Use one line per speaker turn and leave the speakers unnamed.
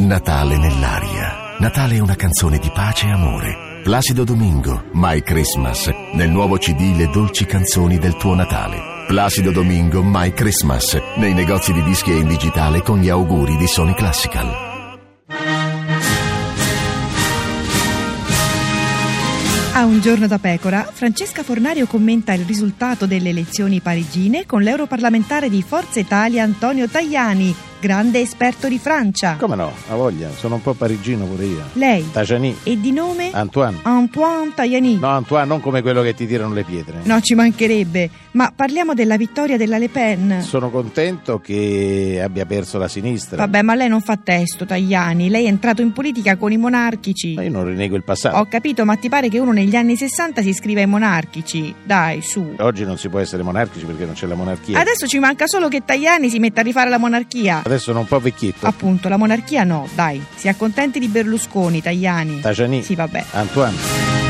Natale nell'aria. Natale è una canzone di pace e amore. Placido Domingo, My Christmas, nel nuovo CD Le dolci canzoni del tuo Natale. Placido Domingo, My Christmas, nei negozi di dischi e in digitale con gli auguri di Sony Classical.
A un giorno da pecora, Francesca Fornario commenta il risultato delle elezioni parigine con l'europarlamentare di Forza Italia Antonio Tajani, grande esperto di Francia.
Come no? Ha voglia, sono un po' parigino pure io.
Lei
Tajani,
e di nome
Antoine.
Antoine Tajani.
No, Antoine, non come quello che ti tirano le pietre.
No, ci mancherebbe, ma parliamo della vittoria della Le Pen.
Sono contento che abbia perso la sinistra.
Vabbè, ma lei non fa testo, Tajani. Lei è entrato in politica con i monarchici.
Ma io non rinego il passato.
Ho capito, ma ti pare che uno negli anni 60 si iscriva ai monarchici? Dai, su.
Oggi non si può essere monarchici perché non c'è la monarchia.
Oh. Adesso ci manca solo che Tajani si metta a rifare la monarchia.
Adesso sono un po' vecchietto.
Appunto, la monarchia no, dai. Si accontenti di Berlusconi, Tajani.
Tajani,
Sì, vabbè.
Antoine.